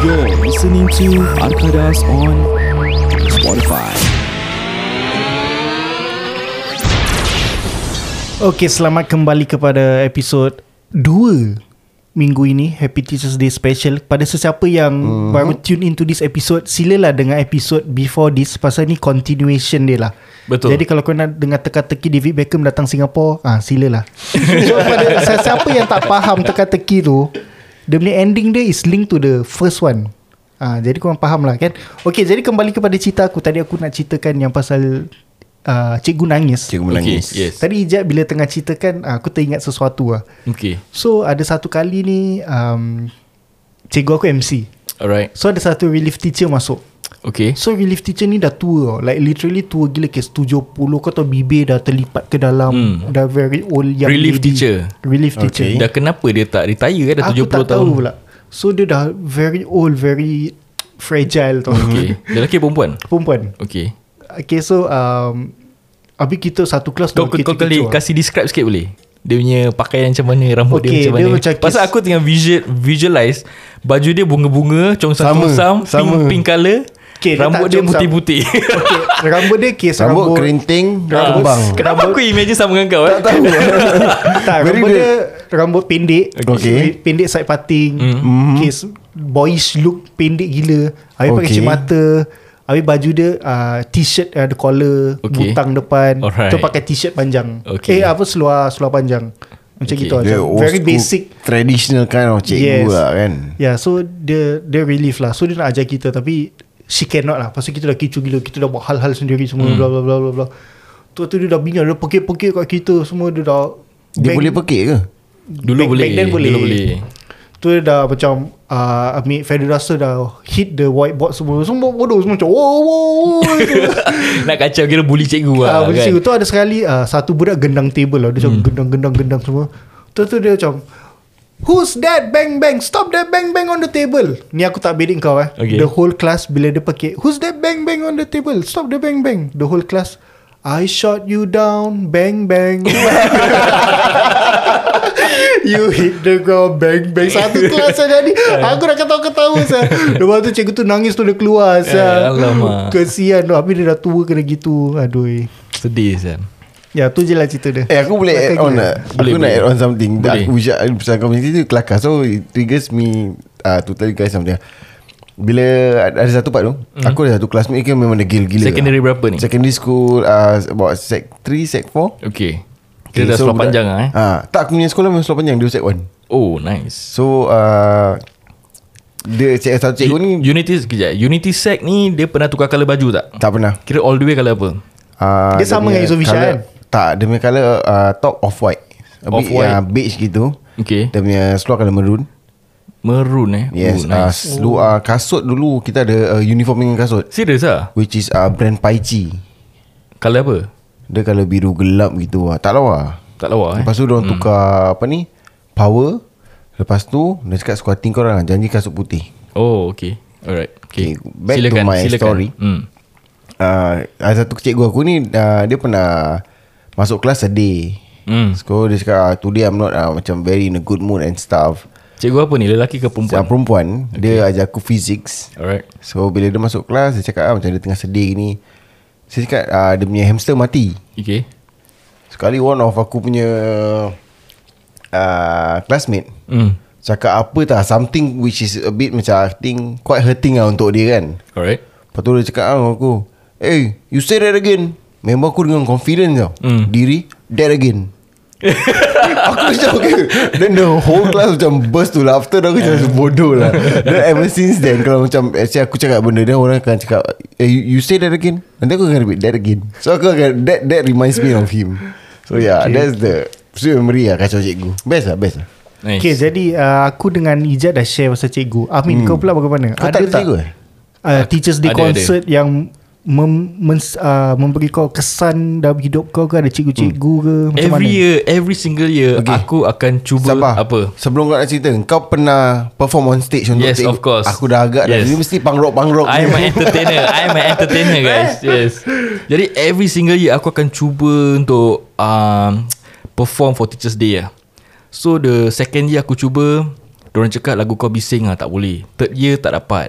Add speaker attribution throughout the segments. Speaker 1: You're listening to Arkadas on Spotify.
Speaker 2: Okey, selamat kembali kepada episod 2 minggu ini Happy Teachers Day special Pada sesiapa yang mm. baru tune into this episode Silalah dengar episode before this Pasal ni continuation dia lah
Speaker 3: Betul.
Speaker 2: Jadi kalau kau nak dengar teka-teki David Beckham datang Singapura ah Silalah So pada sesiapa yang tak faham teka-teki tu Dia punya ending dia is linked to the first one Ah, jadi korang faham lah kan Okay jadi kembali kepada cerita aku Tadi aku nak ceritakan yang pasal uh, Cikgu nangis
Speaker 1: Cikgu
Speaker 3: Okay,
Speaker 1: menangis.
Speaker 3: yes.
Speaker 2: Tadi Ijat bila tengah ceritakan ah, Aku teringat sesuatu lah
Speaker 3: Okay,
Speaker 2: So ada satu kali ni um, Cikgu aku MC
Speaker 3: alright.
Speaker 2: So ada satu relief teacher masuk
Speaker 3: Okay.
Speaker 2: So relief teacher ni dah tua tau. Like literally tua gila Kes 70 Kau tahu bibir dah terlipat ke dalam
Speaker 3: Hmm.
Speaker 2: Dah very old young
Speaker 3: Relief
Speaker 2: lady.
Speaker 3: teacher.
Speaker 2: Relief teacher
Speaker 3: Dah kenapa dia tak retire kan dah
Speaker 2: Aku tak
Speaker 3: 70 tahun?
Speaker 2: tahu pula So dia dah very old Very fragile tau
Speaker 3: Okay. Dia lelaki perempuan?
Speaker 2: Perempuan
Speaker 3: Okay.
Speaker 2: Okay so um, Habis kita satu kelas dua
Speaker 3: Kau, kau
Speaker 2: kecoh-kecoh
Speaker 3: kali
Speaker 2: lah.
Speaker 3: kasih describe sikit boleh? Dia punya pakaian macam mana, rambut
Speaker 2: Okay,
Speaker 3: dia macam
Speaker 2: dia
Speaker 3: mana.
Speaker 2: macam kes-
Speaker 3: Pasal aku tengah visual, visualize baju dia bunga-bunga, congsam-congsam,
Speaker 4: Sama, sama.
Speaker 3: pink, pink colour,
Speaker 2: Okay, dia
Speaker 3: rambut
Speaker 2: tak
Speaker 3: dia
Speaker 2: congsam.
Speaker 3: putih-putih.
Speaker 2: okay, Rambut dia kes
Speaker 4: Rambut
Speaker 2: rambut
Speaker 4: kerinting
Speaker 3: Ah,
Speaker 4: Kembang
Speaker 3: Kenapa aku imagine sama dengan kau? eh? Tak tahu.
Speaker 2: tak,
Speaker 4: Very
Speaker 2: rambut
Speaker 4: good.
Speaker 2: dia rambut pendek.
Speaker 4: Okay.
Speaker 2: Pendek side parting.
Speaker 4: Mhm.
Speaker 2: Okay, s- boyish look pendek gila. Habis okay. pakai
Speaker 4: Okay.
Speaker 2: cermata. Habis baju dia uh, T-shirt ada collar,
Speaker 3: Okay.
Speaker 2: butang depan.
Speaker 3: Alright.
Speaker 2: Tu pakai T-shirt panjang.
Speaker 3: Okay.
Speaker 2: Eh apa seluar seluar panjang. Macam
Speaker 3: Okay.
Speaker 2: gitu
Speaker 4: Dia
Speaker 2: macam
Speaker 4: old
Speaker 2: very
Speaker 4: school,
Speaker 2: basic.
Speaker 4: Traditional kind of
Speaker 2: Yes.
Speaker 4: cikgu lah kan
Speaker 2: Yeah, so dia dia relief lah. So dia nak ajar kita tapi she cannot lah. Pasal kita dah kecoh gila, kita dah buat hal-hal sendiri semua bla bla bla bla bla. Tu tu dia dah bingung, dia pekik-pekik kat kita semua dia dah
Speaker 4: Dia
Speaker 2: Bang-
Speaker 4: boleh pekik ke?
Speaker 3: Dulu
Speaker 2: Back-
Speaker 3: boleh.
Speaker 2: back then boleh.
Speaker 3: Dulu boleh.
Speaker 2: Tu dia dah macam uh, Ambil Federer Rasa dah Hit the whiteboard semua Semua bodoh Semua macam Wow wow wow
Speaker 3: Nak kacau kira bully cikgu
Speaker 2: uh,
Speaker 3: lah.
Speaker 2: kan? Tu ada sekali uh, Satu budak gendang table lah Dia
Speaker 3: Hmm.
Speaker 2: macam gendang gendang gendang semua Tu tu dia macam Who's that bang bang Stop that bang bang on the table Ni aku tak bedek kau eh
Speaker 3: Okay.
Speaker 2: The whole class Bila dia pakai Who's that bang bang on the table Stop the bang bang The whole class I shot you down Bang bang You hit the ground Bang bang Satu kelas saya jadi Aku dah ketawa-ketawa saya. Lepas tu cikgu tu nangis tu dia keluar saya.
Speaker 3: Eh, alamak.
Speaker 2: Kesian tu Habis dia dah tua kena gitu Aduh
Speaker 3: Sedih Sam.
Speaker 2: Ya tu je lah cerita dia
Speaker 4: Eh aku boleh
Speaker 2: Kelakar
Speaker 4: add on
Speaker 2: gila.
Speaker 4: lah
Speaker 3: Boleh,
Speaker 4: Aku nak
Speaker 3: boleh.
Speaker 4: add on something
Speaker 3: Boleh.
Speaker 4: Aku ucap Pasal community tu kelakar So it triggers me uh, To tell you guys something Bila ad- ada satu part tu mm. Aku ada satu classmate kan Memang degil gila
Speaker 3: Hmm. Secondary berapa ni?
Speaker 4: Secondary school uh, About sec 3, sec 4
Speaker 3: Okay. Kita dah seluar panjang lah eh.
Speaker 4: uh, Tak aku punya sekolah memang seluar panjang Dia sec 1
Speaker 3: Oh nice.
Speaker 4: So uh, Dia cik, satu cikgu ni
Speaker 3: U- Unity sekejap. Unity Sec ni dia pernah tukar colour baju tak?
Speaker 4: Tak pernah
Speaker 3: Kira all the way colour apa?
Speaker 4: Uh,
Speaker 2: Dia sama dengan
Speaker 4: punya
Speaker 2: Yusof Ishak
Speaker 4: colour-
Speaker 2: kan?
Speaker 4: Tak, dia punya colour uh, top off-white. A bit
Speaker 3: Off-white.
Speaker 4: uh, beige gitu.
Speaker 3: Okay.
Speaker 4: Dia punya seluar colour maroon.
Speaker 3: Maroon eh.
Speaker 4: Yes.
Speaker 3: Oh,
Speaker 4: Uh,
Speaker 3: nice.
Speaker 4: selu, uh, kasut dulu kita ada uh, uniform dengan kasut.
Speaker 3: Serius ah?
Speaker 4: Which is uh, brand Paichi.
Speaker 3: Colour apa?
Speaker 4: Dia colour biru gelap gitu lah. Tak lawa.
Speaker 3: Tak lawa eh.
Speaker 4: Lepas tu diorang hmm. tukar apa ni? Power. Lepas tu dia cakap squatting korang lah. Janji kasut putih.
Speaker 3: Oh okay. Alright. Okay.
Speaker 4: Okay, back to my story.
Speaker 3: Hmm.
Speaker 4: Uh, ada satu cikgu aku ni uh, dia pernah masuk kelas sedih.
Speaker 3: Hmm.
Speaker 4: So dia cakap ah, today I'm not uh, macam very in a good mood and stuff.
Speaker 3: Cikgu apa ni? Lelaki ke
Speaker 4: Perempuan,
Speaker 3: perempuan?
Speaker 4: perempuan okay. dia ajar aku physics.
Speaker 3: Alright.
Speaker 4: So bila dia masuk kelas dia cakap ah, macam dia tengah sedih gini. Saya cakap ah, dia punya hamster mati.
Speaker 3: Okay.
Speaker 4: Sekali one of aku punya uh, classmate
Speaker 3: Hmm.
Speaker 4: cakap apa tak something which is a bit macam I think quite hurting lah untuk dia kan.
Speaker 3: Alright.
Speaker 4: Lepas tu dia cakap ah, dengan aku Eh hey, you say that again Member aku dengan confidence tau mm. Diri That again Aku macam okay Then the whole class macam burst to laughter Dan aku macam bodoh lah Then ever since then Kalau macam Actually aku cakap benda Then orang akan cakap Eh you, you say that again Nanti aku akan repeat that again So aku akan That that reminds me of him So yeah okay. That's the Sweet memory lah Kacau cikgu Best lah best lah
Speaker 3: Nice.
Speaker 2: Okay jadi uh, Aku dengan Ijat dah share Pasal cikgu Amin kau pula bagaimana
Speaker 4: Hmm. Kau tak ada cikgu eh?
Speaker 2: uh, Teachers Day
Speaker 3: Ada, ada.
Speaker 2: concert yang mem, mens, uh, Memberi kau kesan Dalam hidup kau ke Ada cikgu-cikgu ke Macam
Speaker 3: every
Speaker 2: mana
Speaker 3: year, every single year, okay. aku akan cuba
Speaker 4: Sabar
Speaker 3: apa?
Speaker 4: Sebelum kau nak cerita Kau pernah Perform on stage untuk
Speaker 3: Yes, of course.
Speaker 4: Aku dah agak
Speaker 3: Yes.
Speaker 4: yes. dah Ini mesti punk rock Punk rock
Speaker 3: I am an entertainer I am an entertainer guys Yes Jadi every single year Aku akan cuba untuk ah. um, Perform for Teachers Day lah So the second year aku cuba Diorang cakap lagu kau bising lah Tak boleh Third year tak dapat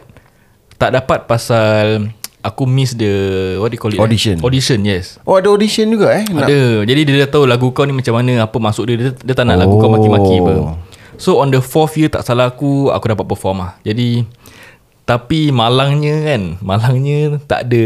Speaker 3: Tak dapat pasal Aku miss the What do you call it eh?
Speaker 4: Audition.
Speaker 3: Audition yes
Speaker 4: Oh ada audition juga eh
Speaker 3: ada. Jadi dia dah tahu lagu kau ni macam mana, apa masuk dia. Dia, dia tak nak oh. lagu kau
Speaker 4: Oh.
Speaker 3: maki-maki apa. So on the fourth year tak salah aku, aku dapat perform lah. Jadi, tapi malangnya kan, malangnya tak ada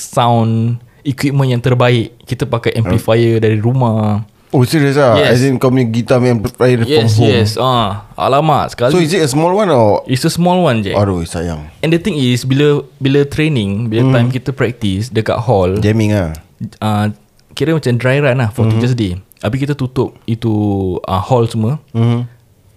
Speaker 3: sound equipment yang terbaik. Kita pakai
Speaker 4: Hmm.
Speaker 3: amplifier dari rumah.
Speaker 4: Oh serious ah
Speaker 3: Yes.
Speaker 4: As in kau punya gitar main Play from
Speaker 3: Yes,
Speaker 4: home
Speaker 3: yes. Ah, alamak sekali. So,
Speaker 4: So is it a small one or
Speaker 3: it's a small one je.
Speaker 4: Aduh eh, sayang
Speaker 3: And the thing is bila bila training,
Speaker 4: Hmm.
Speaker 3: bila mm. time kita practice dekat hall,
Speaker 4: Jamming ah
Speaker 3: uh, kira macam dry run lah
Speaker 4: Mhm.
Speaker 3: for mm-hmm. teachers day. Habis kita tutup itu uh, hall semua. Mm-hmm.
Speaker 4: Mhm.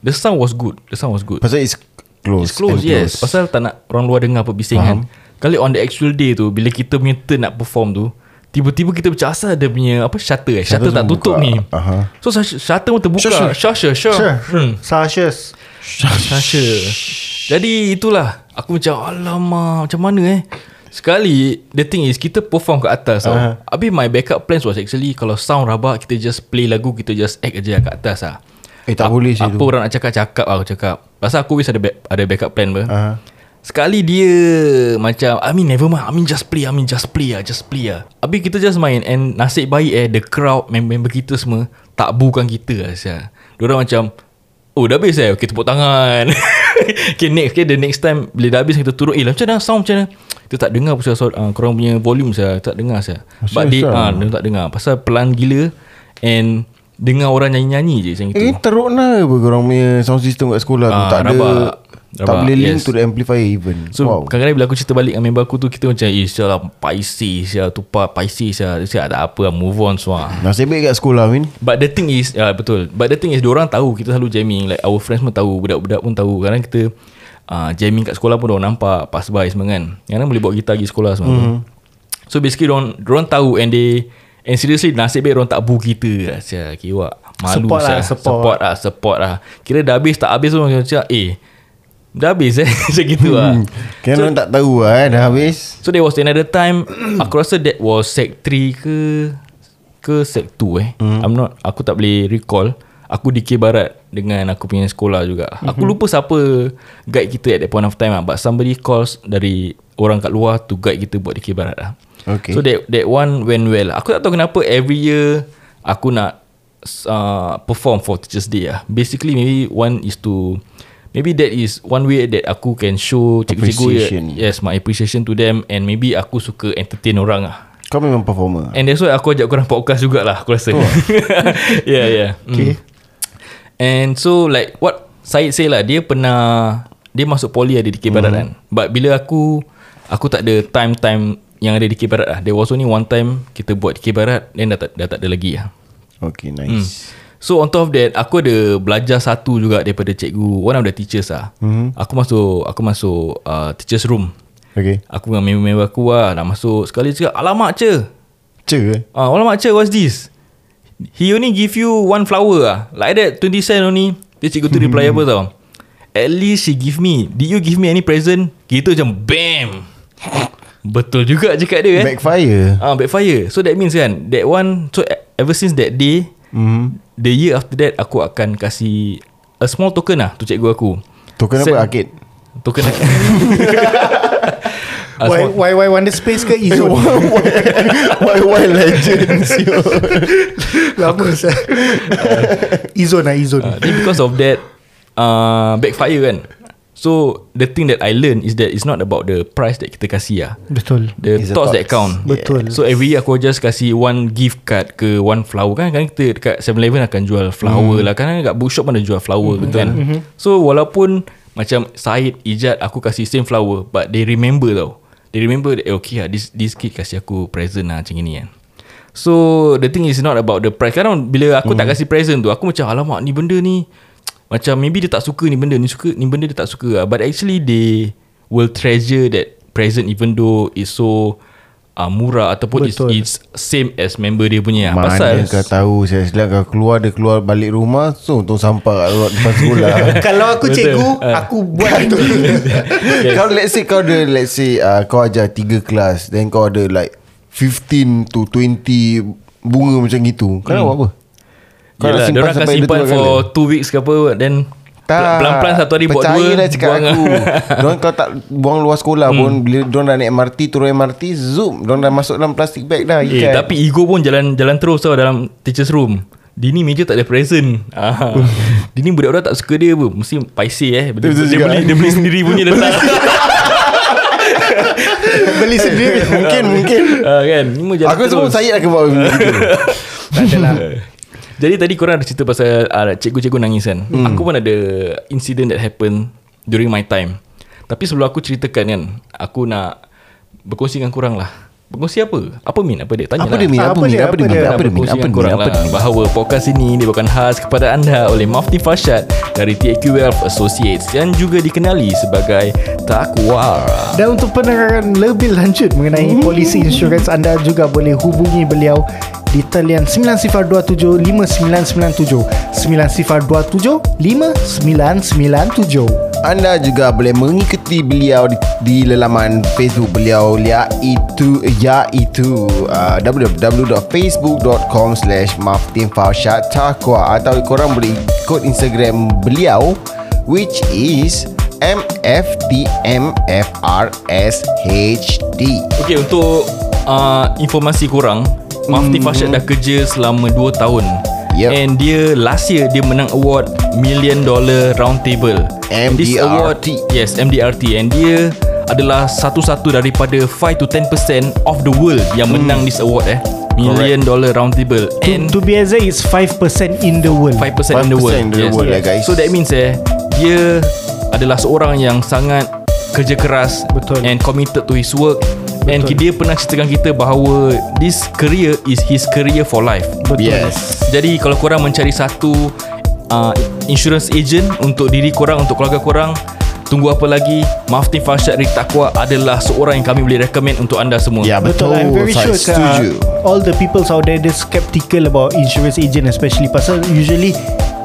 Speaker 3: The sound was good. The sound was good.
Speaker 4: Pasal it's close
Speaker 3: It's close,
Speaker 4: and
Speaker 3: yes. Pasal tak nak orang luar dengar apa bising kan. Kali on the actual day tu, bila kita punya turn nak perform tu, tiba-tiba kita macam asal ada punya apa shutter eh. Shutter,
Speaker 4: Shutter
Speaker 3: tak
Speaker 4: semua
Speaker 3: tutup
Speaker 4: buka.
Speaker 3: ni.
Speaker 4: Aha.
Speaker 3: So sh- shutter pun terbuka.
Speaker 4: Sure,
Speaker 3: Sure, sure. Sure, sure.
Speaker 2: Sure.
Speaker 3: Hmm.
Speaker 2: Sashes.
Speaker 3: Sasha Jadi itulah Aku macam Alamak Macam mana eh Sekali The thing is Kita perform kat atas tau uh-huh. Habis my backup plans was actually Kalau sound rabak Kita just play lagu Kita just act aja kat atas lah
Speaker 4: Eh, tak
Speaker 3: Ap-
Speaker 4: boleh sih
Speaker 3: Apa
Speaker 4: tu.
Speaker 3: orang nak cakap-cakap lah Aku cakap Pasal aku always ada, back, ada backup plan ber.
Speaker 4: Aha.
Speaker 3: Uh-huh. Sekali dia Macam I mean never mind I mean just play I mean just play lah Just play lah Habis kita just main And nasib baik eh The crowd Member-member kita semua Tak bukan kita lah Syah Diorang macam Oh dah habis eh Okay tepuk tangan Okay next Okay the next time Bila dah habis kita turun Eh lah, macam mana sound macam mana Kita tak dengar pasal sound, uh, Korang punya volume saya Tak dengar saya But they,
Speaker 4: Serious lah.
Speaker 3: uh, dia tak dengar Pasal pelan gila And Dengar orang nyanyi-nyanyi je Macam itu
Speaker 4: Eh teruk lah apa Korang punya sound system kat sekolah tu
Speaker 3: Ah,
Speaker 4: Tak ada
Speaker 3: rabak.
Speaker 4: Tak
Speaker 3: Rabak,
Speaker 4: boleh link
Speaker 3: yes.
Speaker 4: to the amplifier even
Speaker 3: So wow.
Speaker 4: Wow
Speaker 3: kadang-kadang bila aku cerita balik dengan member aku tu Kita macam Eh sial lah Pisces sial Tu pa Pisces sial Sial tak apa lah Move on semua
Speaker 4: Nasib baik kat sekolah Min
Speaker 3: But the thing is ya, Betul But the thing is Diorang tahu Kita selalu jamming Like our friends pun tahu Budak-budak pun tahu Kadang kita uh, Jamming kat sekolah pun Diorang nampak Pass by semua kan Kadang boleh bawa gitar pergi sekolah semua
Speaker 2: Mhm.
Speaker 3: mm. So basically diorang, diorang tahu And they And seriously Nasib baik diorang tak boo kita lah, Sial kiwak Malu
Speaker 2: Support lah,
Speaker 3: sial.
Speaker 2: support.
Speaker 3: support lah Support lah Kira dah habis tak habis pun Macam macam, eh Dah habis eh Macam gitu lah
Speaker 2: Hmm.
Speaker 4: Kan orang tak tahu lah eh Dah habis
Speaker 3: So there was another time Aku rasa that was Sec 3 ke Ke sec 2 eh mm. I'm not Aku tak boleh recall Aku di K Barat Dengan aku punya sekolah juga mm-hmm. Aku lupa siapa Guide kita at that point of time lah. But somebody calls Dari orang kat luar To guide kita buat di K Barat lah
Speaker 4: Okay.
Speaker 3: So that, that one went well Aku tak tahu kenapa Every year Aku nak uh, Perform for Teachers Day lah Basically maybe One is to Maybe that is one way that aku can show
Speaker 4: Appreciation.
Speaker 3: cikgu-cikgu ya, Yes, my appreciation to them and maybe aku suka entertain orang lah.
Speaker 4: Kau memang performer
Speaker 3: And that's why aku ajak korang podcast jugalah aku rasa. Ah. Oh. yeah, yeah. Okay. Mm. And so like what Syed say lah, dia pernah dia masuk poli ada di K Barat kan. But bila aku aku tak ada time-time yang ada di K Barat lah. There was only one time kita buat di K Barat then dah tak, dah tak ada lagi lah.
Speaker 4: Okay
Speaker 3: Hmm.
Speaker 4: nice
Speaker 3: So on top of that Aku ada belajar satu juga Daripada cikgu One of the teachers lah mm-hmm. Aku masuk Aku masuk uh, Teachers room
Speaker 4: Okay
Speaker 3: Aku dengan member-member aku lah Nak masuk Sekali cakap Alamak ce
Speaker 4: Cer eh
Speaker 3: ah, Alamak ce what's this He only give you One flower lah Like that 20 cent only Dia cikgu tu reply apa tau At least she give me Did you give me any present Gitu macam Bam Betul juga cakap dia eh
Speaker 4: Backfire
Speaker 3: Ah, backfire. So that means kan that one so e- ever since that day, mm.
Speaker 4: Mhm.
Speaker 3: the year after that aku akan kasih a small token lah tu cikgu aku.
Speaker 4: Token
Speaker 3: Sen-
Speaker 4: apa Akid
Speaker 3: Token aku. A
Speaker 2: Why,
Speaker 3: small-
Speaker 2: why, why Wonder Space ke Izo?
Speaker 4: Why why legends yo?
Speaker 2: Lama saya. Izon lah Izon.
Speaker 3: Ah, Then because of that uh, backfire kan. So the thing that I learn is that it's not about the price that kita kasih lah.
Speaker 2: Betul.
Speaker 3: The
Speaker 4: It's the
Speaker 3: thoughts, that
Speaker 4: thoughts.
Speaker 3: count.
Speaker 2: Betul.
Speaker 3: So every year aku just kasih one gift card ke one flower kan kan kita dekat 7-Eleven akan jual flower lah kan kat bookshop mana jual flower mm. kan. Mm-hmm. So walaupun macam Syed, Ijat aku kasih same flower but they remember tau. They remember that eh, okay lah this, this kid kasih aku present lah macam ni kan. So the thing is not about the price Kadang bila aku mm. tak kasih present tu Aku macam alamak ni benda ni Macam maybe dia tak suka ni benda Ni suka ni benda dia tak suka lah. But actually they will treasure that present Even though it's so uh, murah Ataupun it's,
Speaker 2: Betul.
Speaker 3: it's same as member dia punya ah.
Speaker 4: Mana
Speaker 3: Pasal
Speaker 4: kau tahu Saya silap kau keluar Dia keluar balik rumah So untung sampah kat luar depan sekolah
Speaker 3: Kan
Speaker 4: Kan
Speaker 2: Kalau aku cikgu, aku buat itu.
Speaker 4: Kau let's say Kau ada let's say uh, Kau ajar 3 kelas Then kau ada like 15 to 20 Bunga macam gitu Kau nak buat apa? Kau nak
Speaker 3: Yelah,
Speaker 4: simpan
Speaker 3: Hmm. Diorang akan
Speaker 4: sampai dia
Speaker 3: simpan
Speaker 4: tua
Speaker 3: for
Speaker 4: kali?
Speaker 3: two weeks ke apa Then
Speaker 4: Tak
Speaker 3: Pelan-pelan satu hari buat
Speaker 4: Percaya
Speaker 3: dua,
Speaker 4: dah cakap
Speaker 3: buang.
Speaker 4: aku Diorang kalau tak Buang luar sekolah hmm. pun Bila diorang dah naik MRT Turun MRT Zoom Diorang dah masuk dalam plastik bag dah
Speaker 3: Eh,
Speaker 4: ikan.
Speaker 3: tapi ego pun jalan jalan terus tau dalam teacher's room. Dini meja tak ada present. Ah. Dini budak-budak tak suka dia pun. Mesti paisi eh. Dia,
Speaker 4: Betul
Speaker 3: dia,
Speaker 4: juga.
Speaker 3: beli, dia beli sendiri punya letak.
Speaker 4: Beli sendiri Mungkin mungkin
Speaker 3: Ah, kan? Ni pun jalan
Speaker 4: Aku
Speaker 3: terus.
Speaker 4: semua saya akan buat benda gitu.
Speaker 2: Tak adalah
Speaker 3: Jadi tadi korang ada cerita pasal uh, cikgu-cikgu nangis kan. Hmm. Aku pun ada incident that happen during my time. Tapi sebelum aku ceritakan kan, aku nak berkongsi dengan korang lah. Berkongsi apa? Apa Min? Apa dia? Tanya lah.
Speaker 4: Apa dia Min? Apa
Speaker 2: Apa
Speaker 4: Min?
Speaker 2: dia?
Speaker 4: Apa dia Min?
Speaker 2: Apa dia?
Speaker 4: Apa dia Min?
Speaker 3: Berkongsi dengan
Speaker 4: Apa dia Min?
Speaker 3: korang lah
Speaker 4: Apa dia Min?
Speaker 3: bahawa podcast ini dibawakan khas kepada anda oleh Mufti Farshad dari TAQ Wealth Associates yang juga dikenali sebagai Takwara.
Speaker 2: Dan untuk penerangan lebih lanjut mengenai polisi insurans anda juga boleh hubungi beliau di talian 9027 5997 9027 5997
Speaker 4: Anda juga boleh mengikuti beliau di, di lelaman Facebook beliau iaitu iaitu uh, www.facebook.com slash Takwa atau korang boleh ikut Instagram beliau which is MFTMFRSHD
Speaker 3: Okay untuk uh, informasi korang Mafti
Speaker 2: Hmm.
Speaker 3: Farshad dah kerja selama 2 tahun
Speaker 4: Yep.
Speaker 3: And dia last year dia menang award Million Dollar Round Table And this
Speaker 4: MDRT.
Speaker 3: award Yes MDRT And dia adalah satu-satu daripada 5 to 10% of the world Yang menang this award eh Million Correct. Dollar Round Table And
Speaker 2: Hmm. To be exact it's 5% in the world
Speaker 3: 5% in the world,
Speaker 4: 5% in the world lah, guys.
Speaker 3: So that means eh Dia adalah seorang yang sangat Kerja keras
Speaker 2: Betul.
Speaker 3: And committed to his work Betul. And dia pernah ceritakan kita bahawa This career is his career for life
Speaker 4: Yes
Speaker 3: Jadi kalau korang mencari satu uh, Insurance agent Untuk diri korang Untuk keluarga korang Tunggu apa lagi Maftin Farshad Ritakwa adalah seorang yang kami boleh recommend untuk anda semua
Speaker 4: Ya betul,
Speaker 2: Betul, I'm very
Speaker 4: Saya
Speaker 2: sure
Speaker 4: setuju
Speaker 2: uh, all the people out there they're skeptical about insurance agent especially pasal usually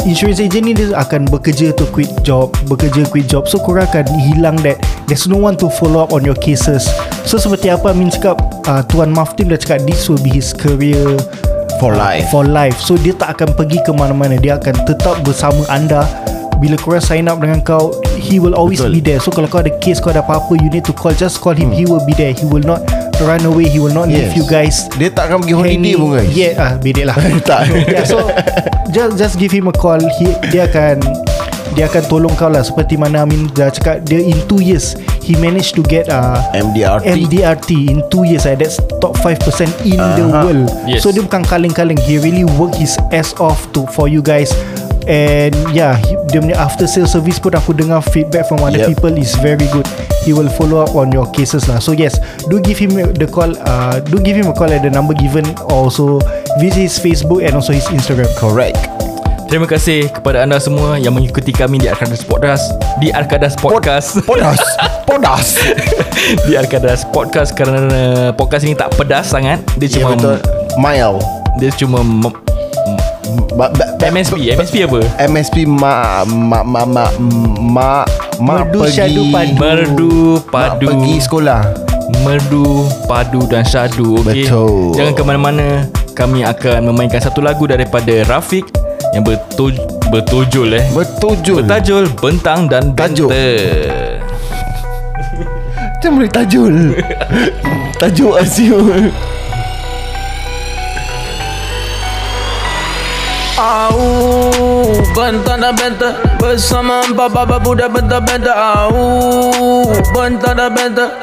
Speaker 2: insurance agent ni dia akan bekerja to quit job, bekerja quit job. So korang akan hilang that there's no one to follow up on your cases. So seperti apa Amin cakap, uh, Tuan Maftim dah cakap this will be his career
Speaker 4: For life
Speaker 2: for life. So dia tak akan pergi ke mana-mana. Dia akan tetap bersama anda bila korang sign up dengan kau he will always
Speaker 4: Betul.
Speaker 2: Betul. be there so kalau kau ada case kau ada apa-apa you need to call just call him hmm. he will be there he will not run away he will not yes. leave
Speaker 4: Yes.
Speaker 2: you guys
Speaker 4: Dia tak akan pergi holiday
Speaker 2: hanging.
Speaker 4: pun guys
Speaker 2: yeah ah bedek lah
Speaker 4: Tak
Speaker 2: yeah, so just just give him a call he, dia akan dia akan tolong kau lah seperti mana Amin dah cakap dia in 2 years he managed to get uh,
Speaker 4: MDRT
Speaker 2: MDRT in 2 years eh, that's top 5% in uh-huh. the world
Speaker 3: Yes.
Speaker 2: so dia bukan kaleng-kaleng he really work his ass off to for you guys and yeah he, dia punya after sales service pun aku dengar feedback from other
Speaker 4: Yep.
Speaker 2: people is very good he will follow up on your cases lah so yes do give him the call uh, do give him a call at the number given also visit his Facebook and also his Instagram
Speaker 4: Correct
Speaker 3: Terima kasih kepada anda semua yang mengikuti kami di Arkadas Podcast di Arkadas Podcast
Speaker 4: Podas Podas
Speaker 3: di Arkadas Podcast kerana podcast ini tak pedas sangat dia
Speaker 4: Ya
Speaker 3: cuma
Speaker 4: betul Mile
Speaker 3: dia cuma mem-
Speaker 4: Ba- ba- ba-
Speaker 3: MSP
Speaker 4: ba-
Speaker 3: MSP apa
Speaker 4: MSP ma ma ma ma ma ma
Speaker 2: Merdu
Speaker 4: pergi
Speaker 2: syadu padu.
Speaker 3: merdu
Speaker 4: ma
Speaker 3: padu
Speaker 4: pergi sekolah
Speaker 3: merdu padu dan syadu okey
Speaker 4: Betul.
Speaker 3: jangan ke mana-mana kami akan memainkan satu lagu daripada Rafiq yang bertoj bertojol eh
Speaker 4: bertujul
Speaker 3: bertajul bentang dan
Speaker 4: Tajuk.
Speaker 3: benter
Speaker 4: macam boleh tajul tajuk asyul
Speaker 5: Au Bentar dan bentar Bersama empat baba budak bentar-bentar Au Bentar dan bentar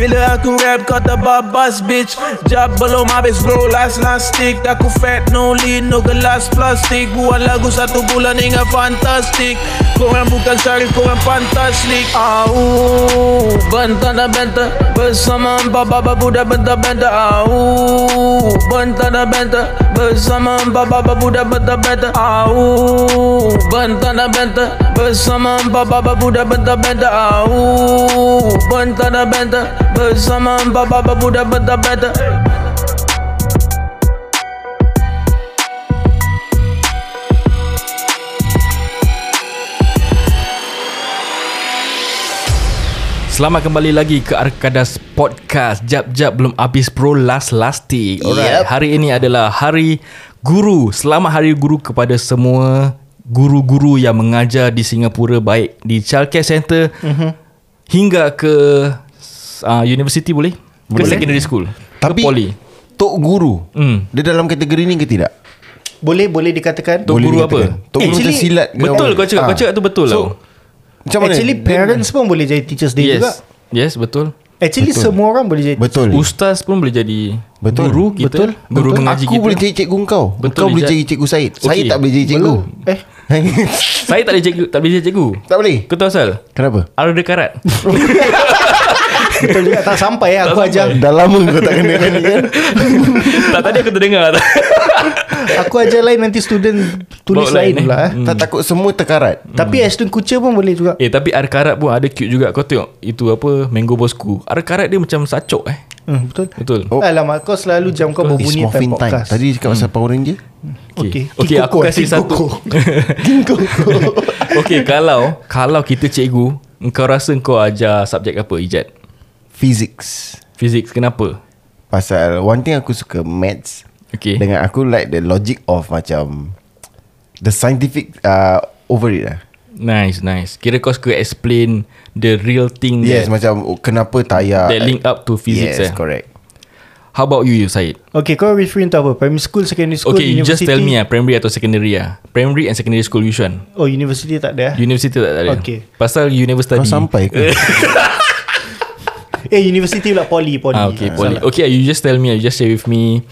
Speaker 5: Bila aku rap kau terbabas bitch Jab belum habis bro last last stick Aku fat no lean no gelas plastik Buat lagu satu bulan hingga fantastik Korang bukan syarif korang fantastik Au Bentar dan bentar Bersama empat baba budak bentar bentar Au Bentar dan bentar Bersama empat baba budak bentar bentar Au Bentar dan bentar Bersama empat baba budak bentar bentar Au Bentar dan bentar Bersama empat baba budak bentar bentar
Speaker 3: Selamat kembali lagi ke Arkadas Podcast Jap-jap belum habis bro last lastik Alright
Speaker 4: Yep.
Speaker 3: Hari ini adalah hari guru Selamat hari guru kepada semua guru-guru yang mengajar di Singapura Baik di childcare center mm-hmm. Hingga ke uh, university boleh? Ke secondary school Ke
Speaker 4: Tapi
Speaker 3: poly
Speaker 4: Tok Guru
Speaker 3: Hmm.
Speaker 4: Dia dalam kategori ni ke tidak?
Speaker 2: Boleh boleh dikatakan
Speaker 3: Tok
Speaker 4: Boleh
Speaker 3: guru apa?
Speaker 4: dikatakan. Tok guru
Speaker 3: Actually,
Speaker 4: tersilat ke
Speaker 3: Betul
Speaker 4: apa?
Speaker 3: kau cakap Kau
Speaker 4: Ah.
Speaker 3: cakap tu betul
Speaker 4: So,
Speaker 3: so,
Speaker 4: Macam mana?
Speaker 2: Actually parents pun boleh jadi teachers
Speaker 3: tau
Speaker 2: day
Speaker 3: Yes
Speaker 2: juga
Speaker 3: Yes betul
Speaker 2: Actually
Speaker 4: Betul.
Speaker 2: semua orang boleh jadi
Speaker 4: Betul
Speaker 3: Ustaz pun boleh jadi
Speaker 4: Betul.
Speaker 3: Guru kita
Speaker 4: Betul.
Speaker 3: Guru
Speaker 4: Betul.
Speaker 3: mengaji
Speaker 4: Aku
Speaker 3: kita
Speaker 4: boleh jadi cikgu kau
Speaker 3: Betul,
Speaker 4: Kau boleh
Speaker 3: Ijat.
Speaker 4: jadi cikgu Syed
Speaker 3: Okey.
Speaker 4: Syed tak boleh jadi cikgu
Speaker 2: Eh
Speaker 3: Saya tak boleh cikgu Tak boleh jadi cikgu
Speaker 4: Tak boleh?
Speaker 3: Kau tahu asal
Speaker 4: Kenapa?
Speaker 3: Arda karat
Speaker 2: betul juga tak sampai eh, aku
Speaker 3: Tak
Speaker 2: ajar
Speaker 4: Dah lama kau tak kena kan kan
Speaker 3: Tak tadi aku terdengar tak?
Speaker 2: Aku ajar lain nanti student tulis
Speaker 3: Bawa
Speaker 2: lain
Speaker 3: lain, eh.
Speaker 2: pula eh.
Speaker 4: Tak takut semua terkarat
Speaker 3: Hmm.
Speaker 2: Tapi Ashton Kutcher pun boleh juga
Speaker 3: Eh tapi Arda karat pun ada cute juga Kau tengok Itu apa Mango Bosku Arda karat dia macam sacok eh
Speaker 2: hmm, Betul
Speaker 3: Betul
Speaker 4: Oh.
Speaker 2: Alamak kau selalu jam kau
Speaker 4: It's
Speaker 2: berbunyi time
Speaker 4: morphin time
Speaker 2: podcast
Speaker 4: Tadi cakap
Speaker 3: Hmm.
Speaker 4: pasal Power Ranger
Speaker 2: Okey.
Speaker 3: Okay,
Speaker 2: King
Speaker 3: aku
Speaker 2: Koko, eh,
Speaker 3: kasih
Speaker 2: King
Speaker 3: satu
Speaker 2: Koko. King Koko
Speaker 3: Okay kalau Kalau kita cikgu Engkau rasa kau ajar Subjek apa Ijat
Speaker 4: Physics
Speaker 3: Physics kenapa
Speaker 4: Pasal One thing aku suka Maths
Speaker 3: Okay.
Speaker 4: Dengan aku like the logic of macam The scientific uh, Over it lah
Speaker 3: Nice nice Kira kau suka explain The real thing
Speaker 4: Yes
Speaker 3: that,
Speaker 4: macam oh, Kenapa tayar
Speaker 2: uh,
Speaker 3: that link up to physics
Speaker 4: Yes
Speaker 3: eh.
Speaker 4: correct
Speaker 3: How about you, you Syed?
Speaker 2: Okay kau referring to apa Primary school, secondary school,
Speaker 3: okay, you just
Speaker 2: university
Speaker 3: tell me ah, primary atau secondary ah. Primary and secondary school which one?
Speaker 2: Oh university tak ada eh?
Speaker 3: University tak ada.
Speaker 2: Okay.
Speaker 3: Pasal university
Speaker 4: Kau
Speaker 3: tadi.
Speaker 4: Oh, sampai ke?
Speaker 2: Eh university pula Poly Poly
Speaker 3: Ah, okay,
Speaker 2: Ah,
Speaker 3: poly.
Speaker 2: salah.
Speaker 3: Okay, you just tell me, you just share with me.